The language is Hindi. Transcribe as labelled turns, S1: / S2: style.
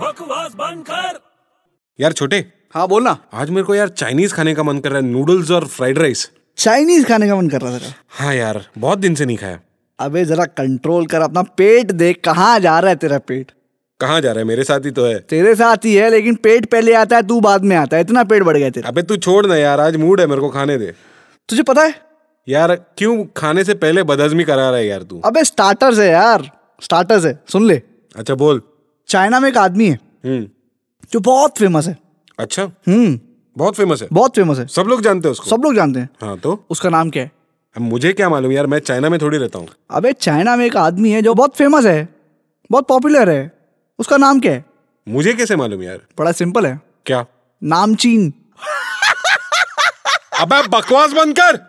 S1: बकवास बंद कर
S2: यार छोटे
S3: हाँ बोल ना
S2: आज मेरे को यार चाइनीज खाने का मन कर रहा है नूडल्स और फ्राइड राइस
S3: चाइनीज खाने का मन कर रहा था
S2: हाँ यार बहुत दिन से नहीं खाया
S3: अबे जरा कंट्रोल कर अपना पेट देख कहाँ जा रहा है तेरा पेट
S2: कहाँ जा रहा है मेरे साथ ही तो है
S3: तेरे साथ ही है लेकिन पेट पहले आता है तू बाद में आता है इतना पेट बढ़ गया तेरा
S2: अबे तू छोड़ ना यार आज मूड है मेरे को खाने दे
S3: तुझे पता है
S2: यार क्यों खाने से पहले बदहजमी करा रहा है यार तू
S3: अबे स्टार्टर्स है यार स्टार्टर्स है सुन ले
S2: अच्छा बोल
S3: चाइना में एक आदमी है
S2: हम्म
S3: जो बहुत फेमस है
S2: अच्छा
S3: हम्म
S2: बहुत फेमस है
S3: बहुत फेमस है
S2: सब लोग जानते हैं उसको
S3: सब लोग जानते हैं
S2: हाँ तो
S3: उसका नाम क्या है
S2: अब मुझे क्या मालूम यार मैं चाइना में थोड़ी रहता हूँ
S3: अबे चाइना में एक आदमी है जो बहुत फेमस है बहुत पॉपुलर है उसका नाम क्या है
S2: मुझे कैसे मालूम यार
S3: बड़ा सिंपल है
S2: क्या
S3: नामचीन
S2: अबे बकवास बंद कर